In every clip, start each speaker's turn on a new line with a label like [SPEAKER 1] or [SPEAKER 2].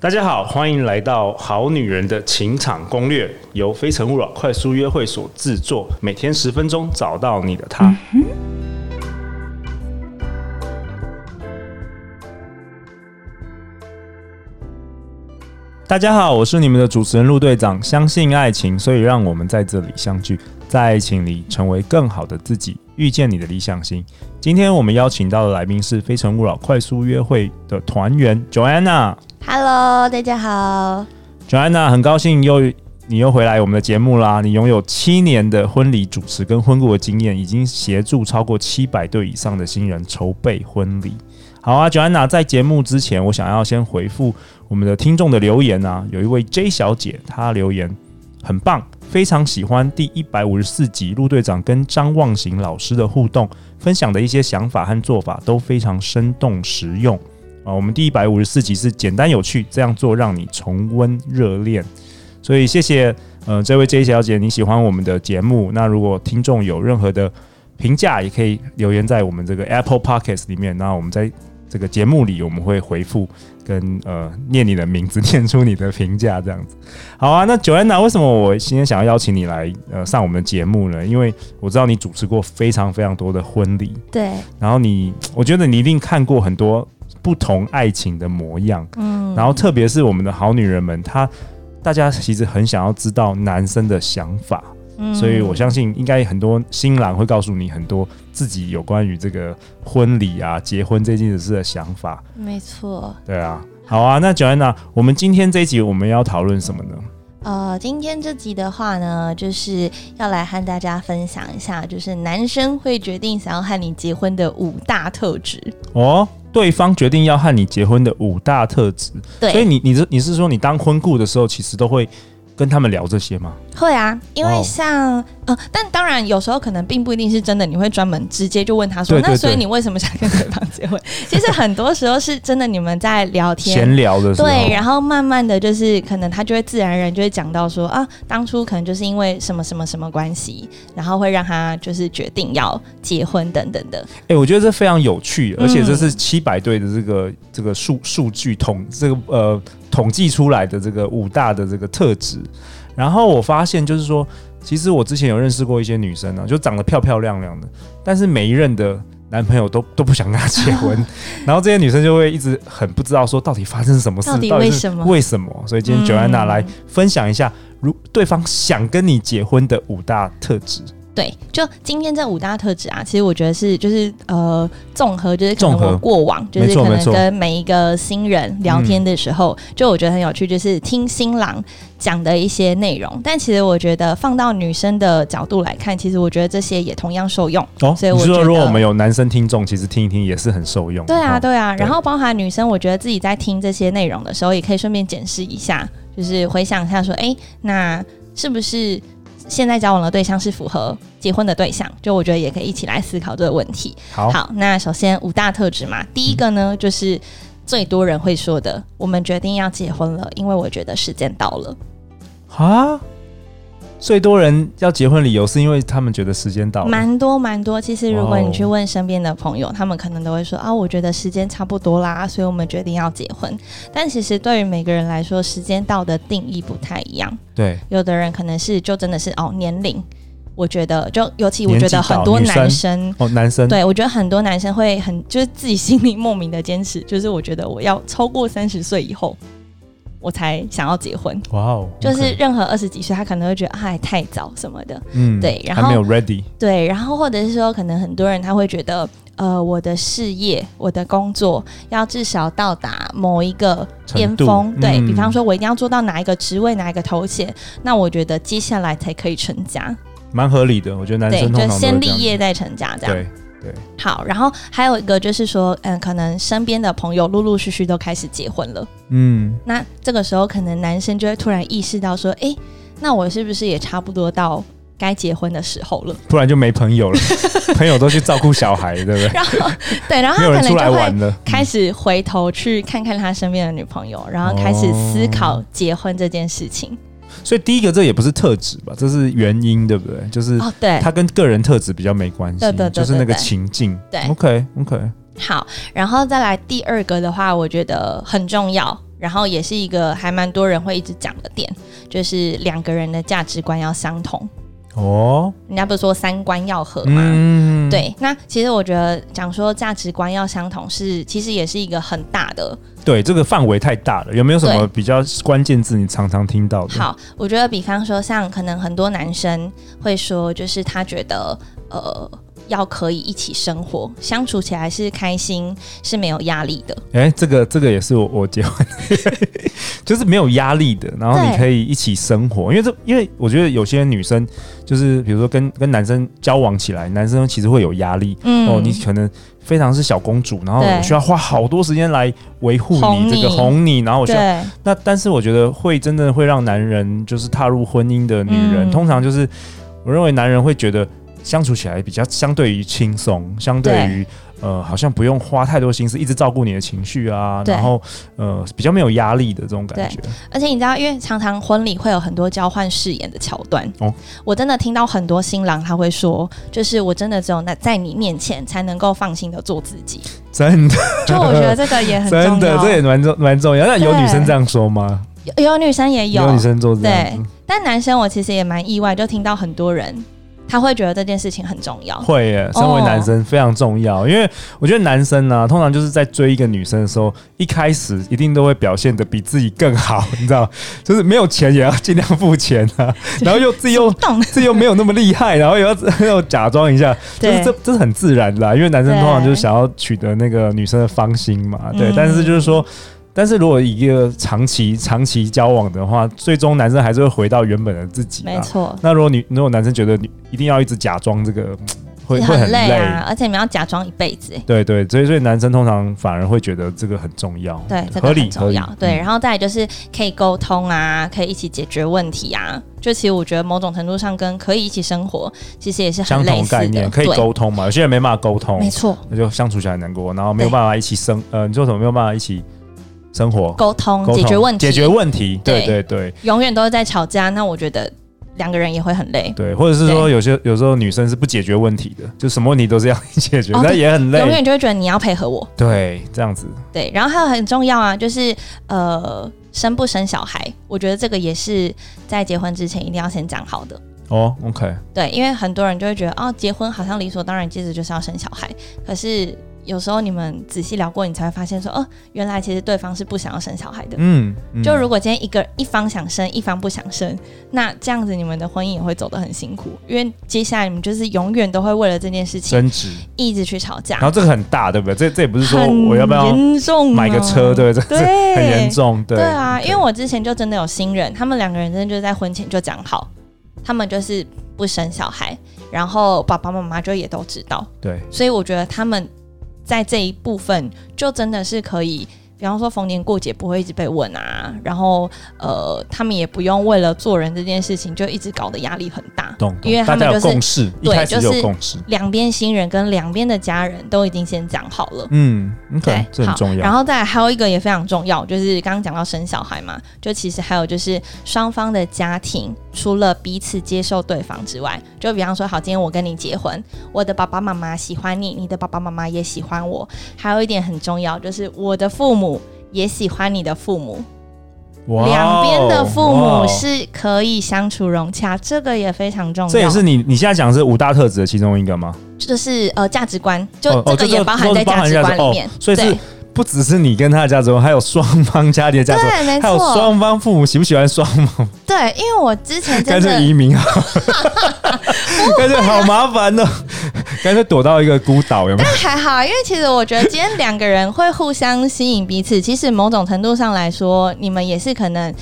[SPEAKER 1] 大家好，欢迎来到《好女人的情场攻略》，由非诚勿扰快速约会所制作，每天十分钟，找到你的他。大家好，我是你们的主持人陆队长。相信爱情，所以让我们在这里相聚，在爱情里成为更好的自己，遇见你的理想型。今天我们邀请到的来宾是《非诚勿扰快速约会》的团员 Joanna。
[SPEAKER 2] Hello，大家好。
[SPEAKER 1] Joanna，很高兴又你又回来我们的节目啦！你拥有七年的婚礼主持跟婚顾的经验，已经协助超过七百对以上的新人筹备婚礼。好啊，Joanna，在节目之前，我想要先回复我们的听众的留言啊。有一位 J 小姐，她留言很棒，非常喜欢第一百五十四集陆队长跟张望行老师的互动，分享的一些想法和做法都非常生动实用。啊，我们第一百五十四集是简单有趣，这样做让你重温热恋。所以谢谢，呃，这位 J 小姐，你喜欢我们的节目，那如果听众有任何的评价，也可以留言在我们这个 Apple Podcast 里面。那我们在这个节目里，我们会回复跟呃念你的名字，念出你的评价，这样子。好啊，那九安娜，为什么我今天想要邀请你来呃上我们的节目呢？因为我知道你主持过非常非常多的婚礼，
[SPEAKER 2] 对，
[SPEAKER 1] 然后你，我觉得你一定看过很多不同爱情的模样，
[SPEAKER 2] 嗯，
[SPEAKER 1] 然后特别是我们的好女人们，她大家其实很想要知道男生的想法，
[SPEAKER 2] 嗯
[SPEAKER 1] 所以我相信应该很多新郎会告诉你很多自己有关于这个婚礼啊、结婚这件事的想法，
[SPEAKER 2] 没错。
[SPEAKER 1] 对啊。好啊，那 Joanna，我们今天这一集我们要讨论什么呢？
[SPEAKER 2] 呃，今天这集的话呢，就是要来和大家分享一下，就是男生会决定想要和你结婚的五大特质。
[SPEAKER 1] 哦，对方决定要和你结婚的五大特质，
[SPEAKER 2] 对，
[SPEAKER 1] 所以你你是你是说你当婚顾的时候，其实都会跟他们聊这些吗？
[SPEAKER 2] 会啊，因
[SPEAKER 1] 哇
[SPEAKER 2] 为
[SPEAKER 1] 哦
[SPEAKER 2] 像呃，但当然有时候可能并不一定是真的，你会专门直接就问他说，
[SPEAKER 1] 对对
[SPEAKER 2] 那所以
[SPEAKER 1] 对
[SPEAKER 2] 你为什么想跟对方结婚？ 其实很多时候是真的，你们在聊天
[SPEAKER 1] 闲聊的时候，
[SPEAKER 2] 对，然后慢慢的就是可能他就会自然而然就会讲到说啊，当初可能就是因为什么什么什么关系，然后会让他就是决定要结婚等等的。
[SPEAKER 1] 哎、我觉得这非常有趣，
[SPEAKER 2] 嗯
[SPEAKER 1] 而且这是七百队的这个这个数数据统这个呃统计出来的这个五大的这个特质。然后我发现就是说，其实我之前有认识过一些女生呢、啊，就长得漂漂亮亮的，但是每一任的男朋友都都不想跟她结婚， 然后这些女生就会一直很不知道说到底发生什么事，
[SPEAKER 2] 到底
[SPEAKER 1] 是
[SPEAKER 2] 为什么
[SPEAKER 1] 为什么？所以今天 Joanna
[SPEAKER 2] 嗯
[SPEAKER 1] 来分享一下，如对方想跟你结婚的五大特质。
[SPEAKER 2] 对，就今天这五大特质啊，其实我觉得是就是呃，综合就是可能
[SPEAKER 1] 综合
[SPEAKER 2] 我过往就是
[SPEAKER 1] 没错
[SPEAKER 2] 可
[SPEAKER 1] 没
[SPEAKER 2] 能
[SPEAKER 1] 错
[SPEAKER 2] 跟每一个新人聊天的时候，就我觉得很有趣，就是听新郎讲的一些内容。但其实我觉得放到女生的角度来看，其实我觉得这些也同样受用。
[SPEAKER 1] 哦，
[SPEAKER 2] 所
[SPEAKER 1] 你
[SPEAKER 2] 以我
[SPEAKER 1] 是说
[SPEAKER 2] 觉
[SPEAKER 1] 如果
[SPEAKER 2] 得
[SPEAKER 1] 我们有男生听众，其实听一听也是很受用。
[SPEAKER 2] 对啊，
[SPEAKER 1] 哦
[SPEAKER 2] 对啊，
[SPEAKER 1] 对
[SPEAKER 2] 然后包含女生，我觉得自己在听这些内容的时候，也可以顺便检视一下，就是回想一下说，诶，那是不是现在交往的对象是符合结婚的对象？就我觉得也可以一起来思考这个问题。
[SPEAKER 1] 好，
[SPEAKER 2] 好，那首先五大特质嘛，第一个呢、就是最多人会说的，我们决定要结婚了，因为我觉得时间到了。
[SPEAKER 1] 啊，最多人要结婚理由是因为他们觉得时间到了。
[SPEAKER 2] 蛮多蛮多。其实如
[SPEAKER 1] 哇
[SPEAKER 2] 果
[SPEAKER 1] 哦
[SPEAKER 2] 你去问身边的朋友，他们可能都会说啊，我觉得时间差不多啦，所以我们决定要结 婚。但其实对于每个人来说，时间到的定义不太一样。
[SPEAKER 1] 对，
[SPEAKER 2] 有的人可能是就真的是哦年龄，我觉得就尤其我
[SPEAKER 1] 年
[SPEAKER 2] 觉
[SPEAKER 1] 纪
[SPEAKER 2] 得
[SPEAKER 1] 到
[SPEAKER 2] 很多
[SPEAKER 1] 女
[SPEAKER 2] 男
[SPEAKER 1] 生
[SPEAKER 2] 生。
[SPEAKER 1] 哦，男生
[SPEAKER 2] 对，我觉得很多男生会很就是自己心里莫名的坚持，就是我觉得我要超过三十岁以后，我才想要结婚。
[SPEAKER 1] 哇哦，
[SPEAKER 2] 就是
[SPEAKER 1] OK，
[SPEAKER 2] 任何二十几岁，他可能会觉得哎太早什么的，
[SPEAKER 1] 嗯
[SPEAKER 2] 对然
[SPEAKER 1] 还没
[SPEAKER 2] 后
[SPEAKER 1] 有 ready，
[SPEAKER 2] 对，然后或者是说，可能很多人他会觉得，呃，我的事业、我的工作要至少到达某一个巅
[SPEAKER 1] 程度
[SPEAKER 2] 峰，对、
[SPEAKER 1] 嗯
[SPEAKER 2] 比方说，我一定要做到哪一个职位、哪一个头衔，那我觉得接下来才可以成家，
[SPEAKER 1] 蛮合理的。我觉得男
[SPEAKER 2] 对，
[SPEAKER 1] 生
[SPEAKER 2] 就
[SPEAKER 1] 通常都
[SPEAKER 2] 先
[SPEAKER 1] 会
[SPEAKER 2] 立
[SPEAKER 1] 这样
[SPEAKER 2] 业再成家这样。
[SPEAKER 1] 对，
[SPEAKER 2] 好，然后还有一个就是说，嗯，可能身边的朋友陆陆续续都开始结婚了，
[SPEAKER 1] 嗯，
[SPEAKER 2] 那这个时候可能男生就会突然意识到说，诶，那我是不是也差不多到该结婚的时候了？
[SPEAKER 1] 不然就没朋友 了，朋友都去照顾小孩，对不对？
[SPEAKER 2] 然后对，然后
[SPEAKER 1] 没
[SPEAKER 2] 他
[SPEAKER 1] 有
[SPEAKER 2] 啊可
[SPEAKER 1] 人
[SPEAKER 2] 能
[SPEAKER 1] 出来
[SPEAKER 2] 就会
[SPEAKER 1] 玩了。嗯
[SPEAKER 2] 开始回头去看看他身边的女朋友，然后开始思考结婚这件事情。
[SPEAKER 1] 所以第一个这也不是特质吧，这是原因，对不对？就是
[SPEAKER 2] 哦，对，
[SPEAKER 1] 他跟个人特质比较没关系
[SPEAKER 2] 对对，对
[SPEAKER 1] 就是那个
[SPEAKER 2] 对对
[SPEAKER 1] 情境。
[SPEAKER 2] 对
[SPEAKER 1] OK OK，
[SPEAKER 2] 好，然后再来第二个的话，我觉得很重要，然后也是一个还蛮多人会一直讲的点，就是两个人的价值观要相同。
[SPEAKER 1] 哦，
[SPEAKER 2] 人家不是说三观要合吗？
[SPEAKER 1] 嗯，，
[SPEAKER 2] 对，那其实我觉得讲说价值观要相同是，其实也是一个很大的。
[SPEAKER 1] 对，这个范围太大了，有没有什么
[SPEAKER 2] 对
[SPEAKER 1] 比较关键字你常常听到的？，
[SPEAKER 2] 好，我觉得比方说，像可能很多男生会说，就是他觉得呃要可以一起生活，相处起来是开心，是没有压力的。
[SPEAKER 1] 哎、这个这个也是我我结婚， 就是没有压力的，然后你
[SPEAKER 2] 对
[SPEAKER 1] 可以一起生活，因为这因为我觉得有些女生就是比如说跟跟男生交往起来，男生其实会有压力。
[SPEAKER 2] 嗯，
[SPEAKER 1] 哦，你可能非常是小公主，然后
[SPEAKER 2] 对
[SPEAKER 1] 我需要花好多时间来维护
[SPEAKER 2] 哄
[SPEAKER 1] 你这个
[SPEAKER 2] 你
[SPEAKER 1] 哄你，然后我需要
[SPEAKER 2] 对
[SPEAKER 1] 那但是我觉得会真的会让男人就是踏入婚姻的女人，
[SPEAKER 2] 嗯
[SPEAKER 1] 通常就是我认为男人会觉得相处起来比较相对于轻松，相对于呃好像不用花太多心思，一直照顾你的情绪啊，
[SPEAKER 2] 对
[SPEAKER 1] 然后呃比较没有压力的这种感觉。
[SPEAKER 2] 而且你知道，因为常常婚礼会有很多交换誓言的桥段。
[SPEAKER 1] 哦
[SPEAKER 2] 我真的听到很多新郎他会说，就是我真的只有那在你面前才能够放心的做自己。
[SPEAKER 1] 真的，
[SPEAKER 2] 就我觉得这个也很重要。
[SPEAKER 1] 真的，这也蛮重蛮重要。那有
[SPEAKER 2] 对
[SPEAKER 1] 女生这样说吗？
[SPEAKER 2] 有有女生也有，
[SPEAKER 1] 女生做这样子，
[SPEAKER 2] 但男生我其实也蛮意外，就听到很多人他会觉得这件事情很重要。
[SPEAKER 1] 会耶。身为
[SPEAKER 2] 哦
[SPEAKER 1] 男生非常重要，因为我觉得男生呢、通常就是在追一个女生的时候，一开始一定都会表现的比自己更好，你知道， 就是没有钱也要尽量付钱啊，然后又自己又
[SPEAKER 2] 动，
[SPEAKER 1] 自己又没有那么厉害，然后也要要假装一下， 就是
[SPEAKER 2] 对
[SPEAKER 1] 这这是很自然的啦，因为男生
[SPEAKER 2] 对
[SPEAKER 1] 通常就是想要取得那个女生的芳心嘛，对。
[SPEAKER 2] 嗯
[SPEAKER 1] 但是就是说，但是如果一个长期长期交往的话，最终男生还是会回到原本的自己。
[SPEAKER 2] 没。错，
[SPEAKER 1] 那如果女如果男生觉得你一定要一直假装这个，会会很
[SPEAKER 2] 累啊，而且你们要假装一辈子。哎
[SPEAKER 1] 对对，所以所以男生通常反而会觉得这个很重要，
[SPEAKER 2] 对，这
[SPEAKER 1] 合
[SPEAKER 2] 个
[SPEAKER 1] 理
[SPEAKER 2] 很
[SPEAKER 1] 合
[SPEAKER 2] 重
[SPEAKER 1] 理
[SPEAKER 2] 要。。对，
[SPEAKER 1] 嗯
[SPEAKER 2] 然后再来就是可以沟通啊，可以一起解决问题啊。就其实我觉得某种程度上跟可以一起生活其实也是
[SPEAKER 1] 相
[SPEAKER 2] 很类
[SPEAKER 1] 同
[SPEAKER 2] 似的，
[SPEAKER 1] 概念可以
[SPEAKER 2] 对
[SPEAKER 1] 沟通嘛？有些人没办法沟通，
[SPEAKER 2] 没错，
[SPEAKER 1] 那就相处起来很难过，然后没有
[SPEAKER 2] 对
[SPEAKER 1] 办法一起生，呃，你说什么没有办法一起生活？
[SPEAKER 2] 沟通
[SPEAKER 1] 沟通
[SPEAKER 2] 解决问题，
[SPEAKER 1] 解决问题，对对
[SPEAKER 2] 对
[SPEAKER 1] 对
[SPEAKER 2] 永远都是在吵架。那我觉得两个人也会很累，
[SPEAKER 1] 对，或者是说
[SPEAKER 2] 对
[SPEAKER 1] 有些有时候女生是不解决问题的，就什么问题都是要你解决，
[SPEAKER 2] 哦
[SPEAKER 1] 那
[SPEAKER 2] 对
[SPEAKER 1] 也很
[SPEAKER 2] 永
[SPEAKER 1] 累，
[SPEAKER 2] 远就会觉得你要配合我。
[SPEAKER 1] 对，这样子
[SPEAKER 2] 对，然后还有很重要啊，就是呃，生不生小孩，我觉得这个也是在结婚之前一定要先讲好的。
[SPEAKER 1] 哦，OK，
[SPEAKER 2] 对，因为很多人就会觉得哦，结婚好像理所当然，接着就是要生小孩。可是有时候你们仔细聊过，你才会发现说，哦，原来其实对方是不想要生小孩的。
[SPEAKER 1] 嗯，嗯
[SPEAKER 2] 就如果今天一个一方想生，一方不想生，那这样子你们的婚姻也会走得很辛苦，因为接下来你们就是永远都会为了这件事情
[SPEAKER 1] 争执，
[SPEAKER 2] 一直去吵架
[SPEAKER 1] 然，后这个很大，对不对？这这也不是说
[SPEAKER 2] 很
[SPEAKER 1] 我要不要
[SPEAKER 2] 严重
[SPEAKER 1] 买个
[SPEAKER 2] 啊
[SPEAKER 1] 车，对不对？这这
[SPEAKER 2] 对，
[SPEAKER 1] 很严重，对
[SPEAKER 2] 对啊，
[SPEAKER 1] OK
[SPEAKER 2] 因为我之前就真的有新人，他们两个人真的就在婚前就讲好，他们就是不生小孩，然后爸爸妈妈就也都知道，
[SPEAKER 1] 对
[SPEAKER 2] 所以我觉得他们在这一部分就真的是可以。比方说逢年过节不会一直被问啊，然后呃，他们也不用为了做人这件事情就一直搞得压力很大，
[SPEAKER 1] 懂，懂
[SPEAKER 2] 因为
[SPEAKER 1] 大
[SPEAKER 2] 他们
[SPEAKER 1] 家有
[SPEAKER 2] 就是
[SPEAKER 1] 共识，一
[SPEAKER 2] 对
[SPEAKER 1] 开始
[SPEAKER 2] 就
[SPEAKER 1] 就是有共识，
[SPEAKER 2] 两边新人跟两边的家人都已经先讲好了。
[SPEAKER 1] 嗯
[SPEAKER 2] 对
[SPEAKER 1] ，OK，，这很
[SPEAKER 2] 好
[SPEAKER 1] 重
[SPEAKER 2] 然
[SPEAKER 1] 要，
[SPEAKER 2] 后再来还有一个也非常重要，就是刚刚讲到生小孩嘛，就其实还有就是双方的家庭，除了彼此接受对方之外，就比方说，好，今天我跟你结婚，我的爸爸妈妈喜欢你，你的爸爸妈妈也喜欢我。还有一点很重要，就是我的父母。也喜欢你的父母，
[SPEAKER 1] 哇哦
[SPEAKER 2] 两边的父
[SPEAKER 1] 哦哇
[SPEAKER 2] 母是可以相处融洽，这个也非常重要。
[SPEAKER 1] 这也是你你现在讲的是五大特质的其中一个吗？
[SPEAKER 2] 就是呃价值观，就
[SPEAKER 1] 哦哦
[SPEAKER 2] 这个也包含在价值观里面。
[SPEAKER 1] 这都是包含价值哦所以是
[SPEAKER 2] 对
[SPEAKER 1] 不只是你跟他的价值观，还有双方家庭的价值观，
[SPEAKER 2] 对，没
[SPEAKER 1] 还有
[SPEAKER 2] 错，
[SPEAKER 1] 双方父母喜不喜欢双方，
[SPEAKER 2] 对，因为我之前
[SPEAKER 1] 干
[SPEAKER 2] 真的
[SPEAKER 1] 脆移 民好了， 干脆好麻烦哦，
[SPEAKER 2] 啊
[SPEAKER 1] 干脆躲到一个孤岛有没有？
[SPEAKER 2] 但还好，因为其实我觉得今天两个人会互相吸引彼此，其实某种程度上来说，你们也是可能。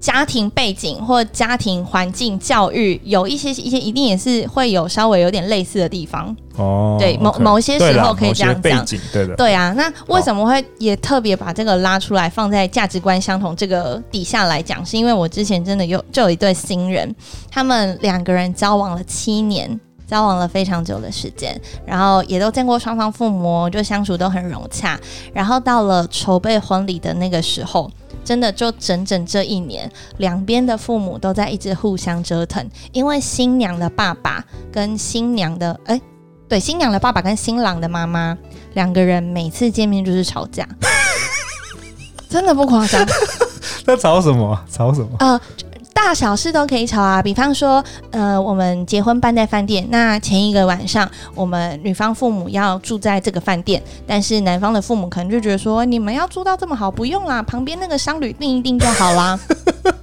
[SPEAKER 2] 家庭背景或家庭环境、教育有一些一些，一定也是会有稍微有点类似的地方。
[SPEAKER 1] 哦，
[SPEAKER 2] 对某
[SPEAKER 1] OK
[SPEAKER 2] 某些时候
[SPEAKER 1] 对啦
[SPEAKER 2] 可以这样
[SPEAKER 1] 某些背
[SPEAKER 2] 讲
[SPEAKER 1] 景对的，
[SPEAKER 2] 对啊，那为什么会也特别把这个拉出来放在价值观相同这个底下来讲？是因为我之前真的有就有一对新人，他们两个人交往了七年。交往了非常久的时间，然后也都见过双方父母，就相处都很融洽。然后到了筹备婚礼的那个时候，真的就整整这一年，两边的父母都在一直互相折腾，因为新娘的爸爸跟新娘的哎，对，新娘的爸爸跟新郎的妈妈，两个人每次见面就是吵架。 真的不夸张。
[SPEAKER 1] 那吵什么？啊吵什么？
[SPEAKER 2] 呃，大小事都可以吵啊。比方说，呃，我们结婚办在饭店，那前一个晚上，我们女方父母要住在这个饭店，但是男方的父母可能就觉得说，你们要住到这么好，不用啦，旁边那个商旅订一订就 好啦。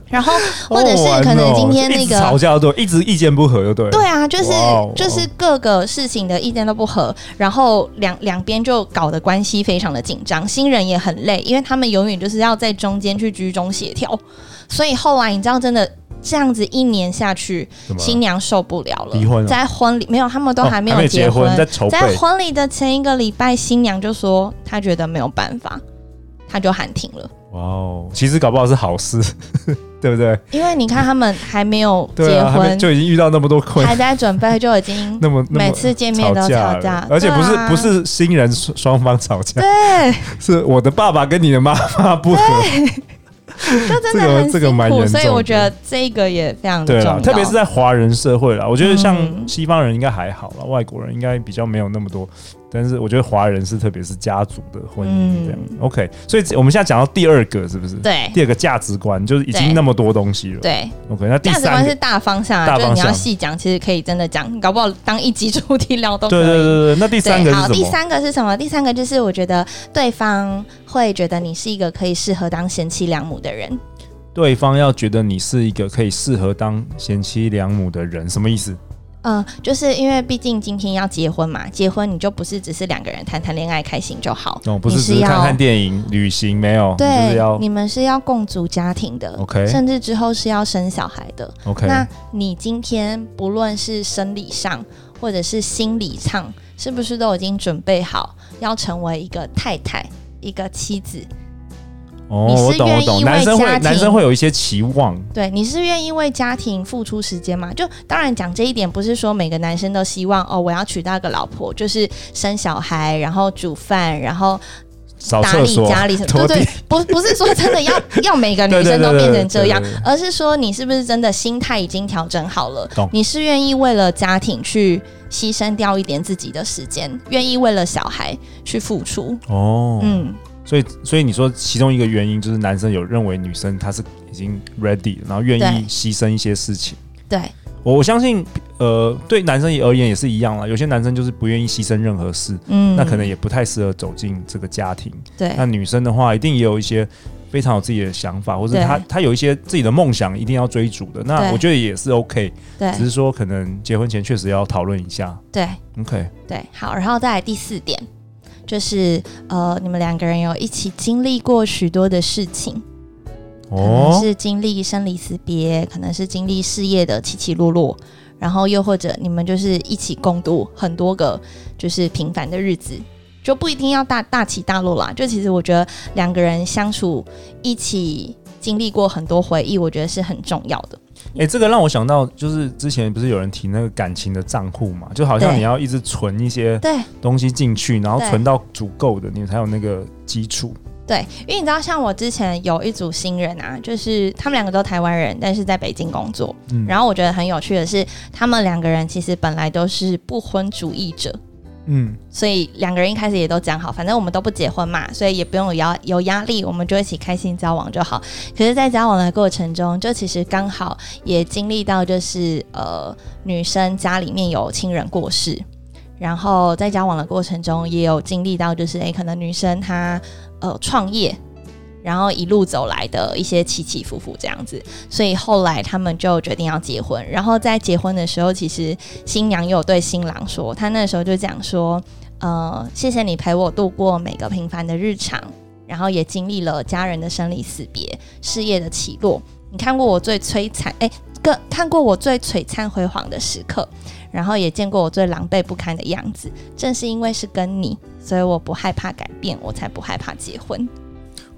[SPEAKER 2] 然后，或者
[SPEAKER 1] 好
[SPEAKER 2] 是
[SPEAKER 1] 好玩
[SPEAKER 2] 可能
[SPEAKER 1] 哦
[SPEAKER 2] 今天
[SPEAKER 1] 就
[SPEAKER 2] 那
[SPEAKER 1] 一直
[SPEAKER 2] 个
[SPEAKER 1] 吵架对，一直意见不合就对了。
[SPEAKER 2] 对啊，就是
[SPEAKER 1] 哇哦
[SPEAKER 2] 就是各个事情的意见都不合，然后两两边就搞得关系非常的紧张，新人也很累，因为他们永远就是要在中间去居中协调，所以后来你知道，真的这样子一年下去，
[SPEAKER 1] 怎么
[SPEAKER 2] 新娘受不了了，
[SPEAKER 1] 离婚了
[SPEAKER 2] 在婚礼没有，他们都
[SPEAKER 1] 哦
[SPEAKER 2] 还没有
[SPEAKER 1] 结
[SPEAKER 2] 婚，
[SPEAKER 1] 在筹备
[SPEAKER 2] 在婚礼的前一个礼拜，新娘就说她觉得没有办法，她就喊停了。
[SPEAKER 1] 哇哦，其实搞不好是好事， 对不对？
[SPEAKER 2] 因为你看，他们还没有
[SPEAKER 1] 对
[SPEAKER 2] 结
[SPEAKER 1] 啊，他
[SPEAKER 2] 婚
[SPEAKER 1] 们，就已经遇到那么多困
[SPEAKER 2] 还在准备，就已经
[SPEAKER 1] 那么那
[SPEAKER 2] 每
[SPEAKER 1] 么
[SPEAKER 2] 次见面
[SPEAKER 1] 吵
[SPEAKER 2] 都吵
[SPEAKER 1] 架
[SPEAKER 2] 架，
[SPEAKER 1] 了，而且不是
[SPEAKER 2] 对啊
[SPEAKER 1] 不是新人双双方吵架，
[SPEAKER 2] 对，
[SPEAKER 1] 是我的爸爸跟你的妈妈不合。
[SPEAKER 2] 就真
[SPEAKER 1] 这
[SPEAKER 2] 的
[SPEAKER 1] 个
[SPEAKER 2] 很辛苦，
[SPEAKER 1] 这个蛮严重的
[SPEAKER 2] 所以我觉得这个也非常
[SPEAKER 1] 对
[SPEAKER 2] 的重
[SPEAKER 1] 啦
[SPEAKER 2] 要，，
[SPEAKER 1] 特别是在华人社会啦，我觉得像
[SPEAKER 2] 嗯
[SPEAKER 1] 西方人应该还好啦，外国人应该比较没有那么多，但是我觉得华人是特别是家族的婚姻这样。OK，所以我们现在讲到第二个是不是？
[SPEAKER 2] 嗯对
[SPEAKER 1] 第二个价值观就是已经
[SPEAKER 2] 对
[SPEAKER 1] 那么多东西了。
[SPEAKER 2] 对
[SPEAKER 1] ，OK，那第
[SPEAKER 2] 价值
[SPEAKER 1] 三
[SPEAKER 2] 观是
[SPEAKER 1] 个，
[SPEAKER 2] 大方向啊，
[SPEAKER 1] 大
[SPEAKER 2] 就是
[SPEAKER 1] 方
[SPEAKER 2] 你
[SPEAKER 1] 向
[SPEAKER 2] 要细讲，其实可以真的讲，搞不好当一集主题聊都可以。
[SPEAKER 1] 对对对对，那第三个
[SPEAKER 2] 对
[SPEAKER 1] 是
[SPEAKER 2] 好，
[SPEAKER 1] 什
[SPEAKER 2] 第
[SPEAKER 1] 么？
[SPEAKER 2] 三个是什么？第三个就是我觉得对方会觉得你是一个可以适合当贤妻良母的人，
[SPEAKER 1] 对方要觉得你是一个可以适合当贤妻良母的人，什么意思？
[SPEAKER 2] 嗯、就是因为毕竟今天要结婚嘛，结婚你就不是只是两个人谈谈恋爱开心就好，
[SPEAKER 1] 哦，不
[SPEAKER 2] 你
[SPEAKER 1] 是只
[SPEAKER 2] 是
[SPEAKER 1] 是
[SPEAKER 2] 要
[SPEAKER 1] 看看电影、旅行，没有，你就是
[SPEAKER 2] 对，
[SPEAKER 1] 要
[SPEAKER 2] 你们是要共组家庭的
[SPEAKER 1] OK
[SPEAKER 2] 甚至之后是要生小孩的，
[SPEAKER 1] OK。
[SPEAKER 2] 那你今天不论是生理上或者是心理上，是不是都已经准备好要成为一个太太、一个妻子？
[SPEAKER 1] 哦，
[SPEAKER 2] 你是
[SPEAKER 1] 我懂我
[SPEAKER 2] 愿意
[SPEAKER 1] 懂，
[SPEAKER 2] 为
[SPEAKER 1] 男生会
[SPEAKER 2] 家庭
[SPEAKER 1] 男生会有一些期望，
[SPEAKER 2] 对，你是愿意为家庭付出时间吗？就当然讲这一点，不是说每个男生都希望哦，我要娶到一个老婆，就是生小孩，然后煮饭，然后
[SPEAKER 1] 扫
[SPEAKER 2] 打
[SPEAKER 1] 厕
[SPEAKER 2] 理
[SPEAKER 1] 所、
[SPEAKER 2] 家里什么，
[SPEAKER 1] 拖
[SPEAKER 2] 对
[SPEAKER 1] 地
[SPEAKER 2] 对，不不是说真的要要每个女生都变成这样
[SPEAKER 1] 对对对对对对，
[SPEAKER 2] 而是说你是不是真的心态已经调整好了
[SPEAKER 1] 懂？
[SPEAKER 2] 你是愿意为了家庭去牺牲掉一点自己的时间，愿意为了小孩去付出？
[SPEAKER 1] 哦，
[SPEAKER 2] 嗯，
[SPEAKER 1] 所以所以你说其中一个原因就是男生有认为女生她是已经 ready，然后愿
[SPEAKER 2] 对
[SPEAKER 1] 意牺牲一些事情。
[SPEAKER 2] 对，
[SPEAKER 1] 我我相信，呃，对男生也而言也是一样啦。有些男生就是不愿意牺牲任何事，
[SPEAKER 2] 嗯，
[SPEAKER 1] 那可能也不太适合走进这个家庭。
[SPEAKER 2] 对
[SPEAKER 1] 那女生的话，一定也有一些非常有自己的想法，或者
[SPEAKER 2] 对
[SPEAKER 1] 她她有一些自己的梦想，一定要追逐的。那
[SPEAKER 2] 对
[SPEAKER 1] 我觉得也是 OK，只
[SPEAKER 2] 对
[SPEAKER 1] 是说可能结婚前确实要讨论一下。
[SPEAKER 2] 对
[SPEAKER 1] OK，
[SPEAKER 2] 对，好，然后再来第四点，就是呃，你们两个人有一起经历过许多的事情。可能
[SPEAKER 1] 哦，
[SPEAKER 2] 是经历生离死别，可能是经历事业的起起落落，然后又或者你们就是一起共度很多个就是平凡的日子，就不一定要大大起大落啦。就其实我觉得两个人相处一起经历过很多回忆，我觉得是很重要的。
[SPEAKER 1] 哎、这个让我想到，就是之前不是有人提那个感情的账户嘛，就好像
[SPEAKER 2] 对
[SPEAKER 1] 你要一直存一些
[SPEAKER 2] 对
[SPEAKER 1] 东西进去，然后
[SPEAKER 2] 对
[SPEAKER 1] 存到足够的，你才有那个基础。
[SPEAKER 2] 对，因为你知道，像我之前有一组新人啊，就是他们两个都台湾人，但是在北京工作。
[SPEAKER 1] 嗯
[SPEAKER 2] 然后我觉得很有趣的是，他们两个人其实本来都是不婚主义者，
[SPEAKER 1] 嗯，
[SPEAKER 2] 所以两个人一开始也都讲好，反正我们都不结婚嘛，所以也不用有压有压力，我们就一起开心交往就好。可是，在交往的过程中，就其实刚好也经历到，就是呃，女生家里面有亲人过世，然后在交往的过程中也有经历到，就是诶，可能女生她呃创业。然后一路走来的一些起起伏伏这样子，所以后来他们就决定要结婚。然后在结婚的时候，其实新娘也有对新郎说，她那时候就讲说，呃，谢谢你陪我度过每个平凡的日常，然后也经历了家人的生离死别、事业的起落。你看过我最摧残，哎、更看过我最璀璨辉煌的时刻，然后也见过我最狼狈不堪的样子。正是因为是跟你，所以我不害怕改变，我才不害怕结婚。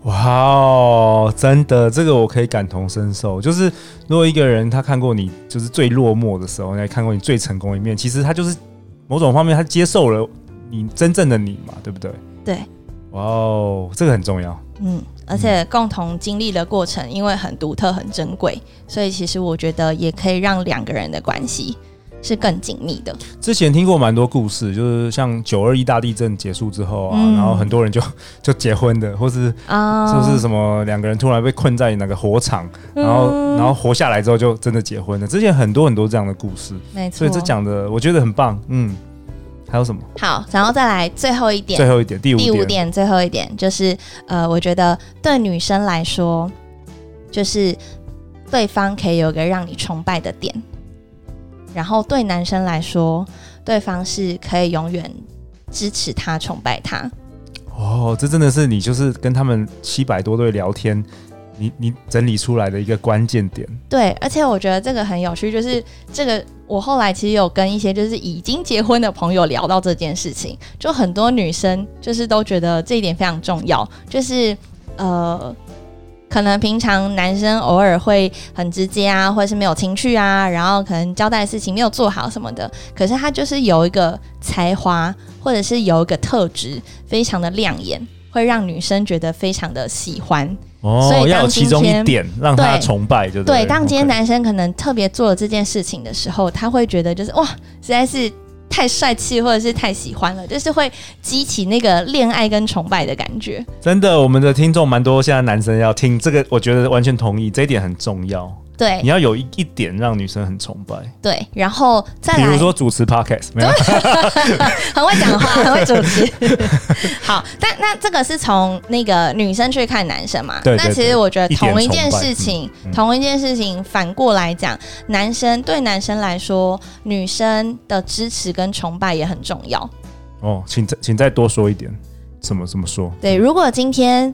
[SPEAKER 1] 哇哦，真的，这个我可以感同身受。就是如果一个人他看过你就是最落寞的时候，也看过你最成功一面，其实他就是某种方面他接受了你真正的你嘛，对不对？
[SPEAKER 2] 对。
[SPEAKER 1] 哇哦，这个很重要。
[SPEAKER 2] 嗯，而且共同经历的过程，因为很独特、很珍贵，所以其实我觉得也可以让两个人的关系是更紧密的。
[SPEAKER 1] 之前听过蛮多故事，就是像九二一大地震结束之后啊，
[SPEAKER 2] 嗯
[SPEAKER 1] 然后很多人就 就结婚的，或是
[SPEAKER 2] 啊
[SPEAKER 1] 就是什么两个人突然被困在哪个火场，
[SPEAKER 2] 嗯
[SPEAKER 1] 然后然后活下来之后就真的结婚了。之前很多很多这样的故事，
[SPEAKER 2] 没错，
[SPEAKER 1] 所以这讲的我觉得很棒。嗯，还有什么？
[SPEAKER 2] 好，然后再来最后一点，
[SPEAKER 1] 最后一点，第五
[SPEAKER 2] 第五
[SPEAKER 1] 点，
[SPEAKER 2] 点，最后一点就是，呃，我觉得对女生来说，就是对方可以有个让你崇拜的点，然后对男生来说，对方是可以永远支持他、崇拜他。
[SPEAKER 1] 哦，这真的是你就是跟他们七百多对聊天，你你整理出来的一个关键点。
[SPEAKER 2] 对，而且我觉得这个很有趣，就是这个我后来其实有跟一些就是已经结婚的朋友聊到这件事情，就很多女生就是都觉得这一点非常重要，就是呃，可能平常男生偶尔会很直接啊，或者是没有情趣啊，然后可能交代的事情没有做好什么的，可是他就是有一个才华，或者是有一个特质非常的亮眼，会让女生觉得非常的喜欢。所
[SPEAKER 1] 哦，
[SPEAKER 2] 以当
[SPEAKER 1] 要有其中
[SPEAKER 2] 今
[SPEAKER 1] 一
[SPEAKER 2] 天
[SPEAKER 1] 点让他
[SPEAKER 2] 对
[SPEAKER 1] 崇拜，就
[SPEAKER 2] 对，
[SPEAKER 1] 了
[SPEAKER 2] 当今
[SPEAKER 1] OK
[SPEAKER 2] 天男生可能特别做了这件事情的时候，他会觉得就是哇，实在是太帅气，或者是太喜欢了，就是会激起那个恋爱跟崇拜的感觉。
[SPEAKER 1] 真的，我们的听众蛮多，现在男生要听这个，我觉得完全同意，这一点很重要。
[SPEAKER 2] 对
[SPEAKER 1] 你要有一一点让女生很崇拜，
[SPEAKER 2] 对，然后再
[SPEAKER 1] 比如
[SPEAKER 2] 来，
[SPEAKER 1] 说主持 podcast，没有
[SPEAKER 2] 很会讲话，很会主持。 好，但那这个是从那个女生去看男生嘛？
[SPEAKER 1] 对对
[SPEAKER 2] 那其实我觉得
[SPEAKER 1] 一点
[SPEAKER 2] 同一件
[SPEAKER 1] 崇拜
[SPEAKER 2] 事情，
[SPEAKER 1] 嗯嗯
[SPEAKER 2] 同一件事情反过来讲，男生对男生来说，女生的支持跟崇拜也很重要。
[SPEAKER 1] 哦，请再请再多说一点，怎么怎么说？
[SPEAKER 2] 对，如果今天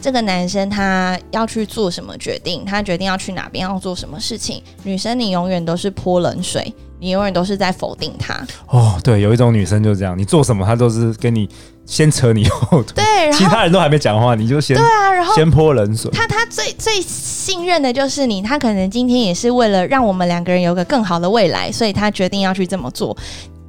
[SPEAKER 2] 这个男生他要去做什么决定，他决定要去哪边要做什么事情，女生你永远都是泼冷水，你永远都是在否定他。
[SPEAKER 1] 哦，对，有一种女生就这样，你做什么她都是跟你先扯你后腿，
[SPEAKER 2] 对，然
[SPEAKER 1] 其
[SPEAKER 2] 后
[SPEAKER 1] 他人都还没讲话，你就先、
[SPEAKER 2] 对啊，然后
[SPEAKER 1] 先泼冷水。
[SPEAKER 2] 他他最最信任的就是你，他可能今天也是为了让我们两个人有个更好的未来，所以他决定要去这么做。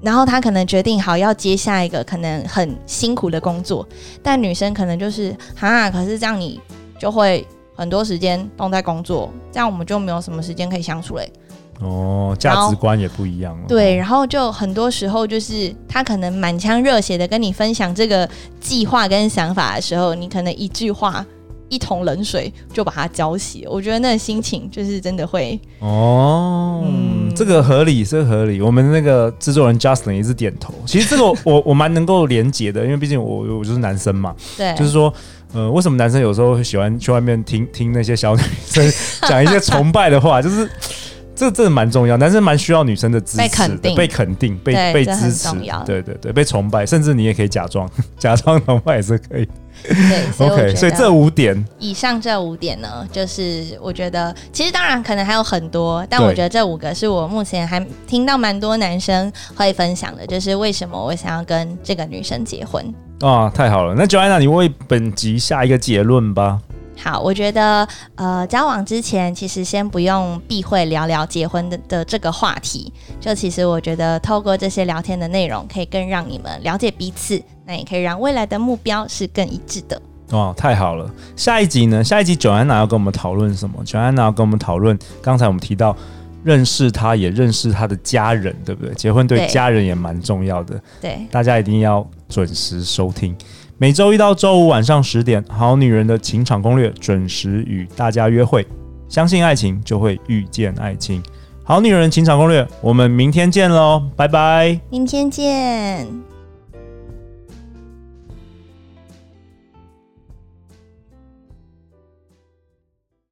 [SPEAKER 2] 然后他可能决定好要接下一个可能很辛苦的工作，但女生可能就是哈，可是这样你就会很多时间都在工作，这样我们就没有什么时间可以相处嘞。
[SPEAKER 1] 哦，价值观也不一样了。
[SPEAKER 2] 对，，然后就很多时候就是他可能满腔热血的跟你分享这个计划跟想法的时候，你可能一句话。一桶冷水就把它浇熄，我觉得那个心情就是真的会
[SPEAKER 1] 哦，
[SPEAKER 2] 嗯
[SPEAKER 1] 这个合理，这个合理。我们那个制作人 Justin 也是点头。其实这 个我我我蛮能够连结的，因为毕竟我我就是男生嘛，
[SPEAKER 2] 对，
[SPEAKER 1] 就是说，呃，为什么男生有时候会喜欢去外面听听那些小女 生讲一些崇拜的话，就是。这这蛮重要，男生蛮需要女生的支持的，
[SPEAKER 2] 被肯定
[SPEAKER 1] 被肯定、被
[SPEAKER 2] 对
[SPEAKER 1] 被
[SPEAKER 2] 这
[SPEAKER 1] 支
[SPEAKER 2] 很
[SPEAKER 1] 持
[SPEAKER 2] 重要，
[SPEAKER 1] 对对对，被崇拜，甚至你也可以假装 假装崇拜也是可以。
[SPEAKER 2] 对，所以我觉
[SPEAKER 1] OK，
[SPEAKER 2] 得
[SPEAKER 1] 所以这五点
[SPEAKER 2] 以上这五点呢，就是我觉得其实当然可能还有很多，但
[SPEAKER 1] 对
[SPEAKER 2] 我觉得这五个是我目前还听到蛮多男生会分享的，就是为什么我想要跟这个女生结婚。
[SPEAKER 1] 啊，太好了。那 Joanna，你为本集下一个结论吧。
[SPEAKER 2] 好，我觉得呃，交往之前其实先不用避讳聊聊结婚的的这个话题。就其实我觉得透过这些聊天的内容，可以更让你们了解彼此，那也可以让未来的目标是更一致的。
[SPEAKER 1] 哦，太好了！下一集呢？下一集 Joanna 要跟我们讨论什么？Joanna 要跟我们讨论，刚才我们提到认识他，也认识他的家人，对不对？结婚对
[SPEAKER 2] 对
[SPEAKER 1] 家人也蛮重要的，
[SPEAKER 2] 对，
[SPEAKER 1] 大家一定要准时收听。每周一到周五晚上十点，《好女人的情场攻略》准时与大家约会。相信爱情，就会遇见爱情。好女人情场攻略，我们明天见喽，拜拜。
[SPEAKER 2] 明天见。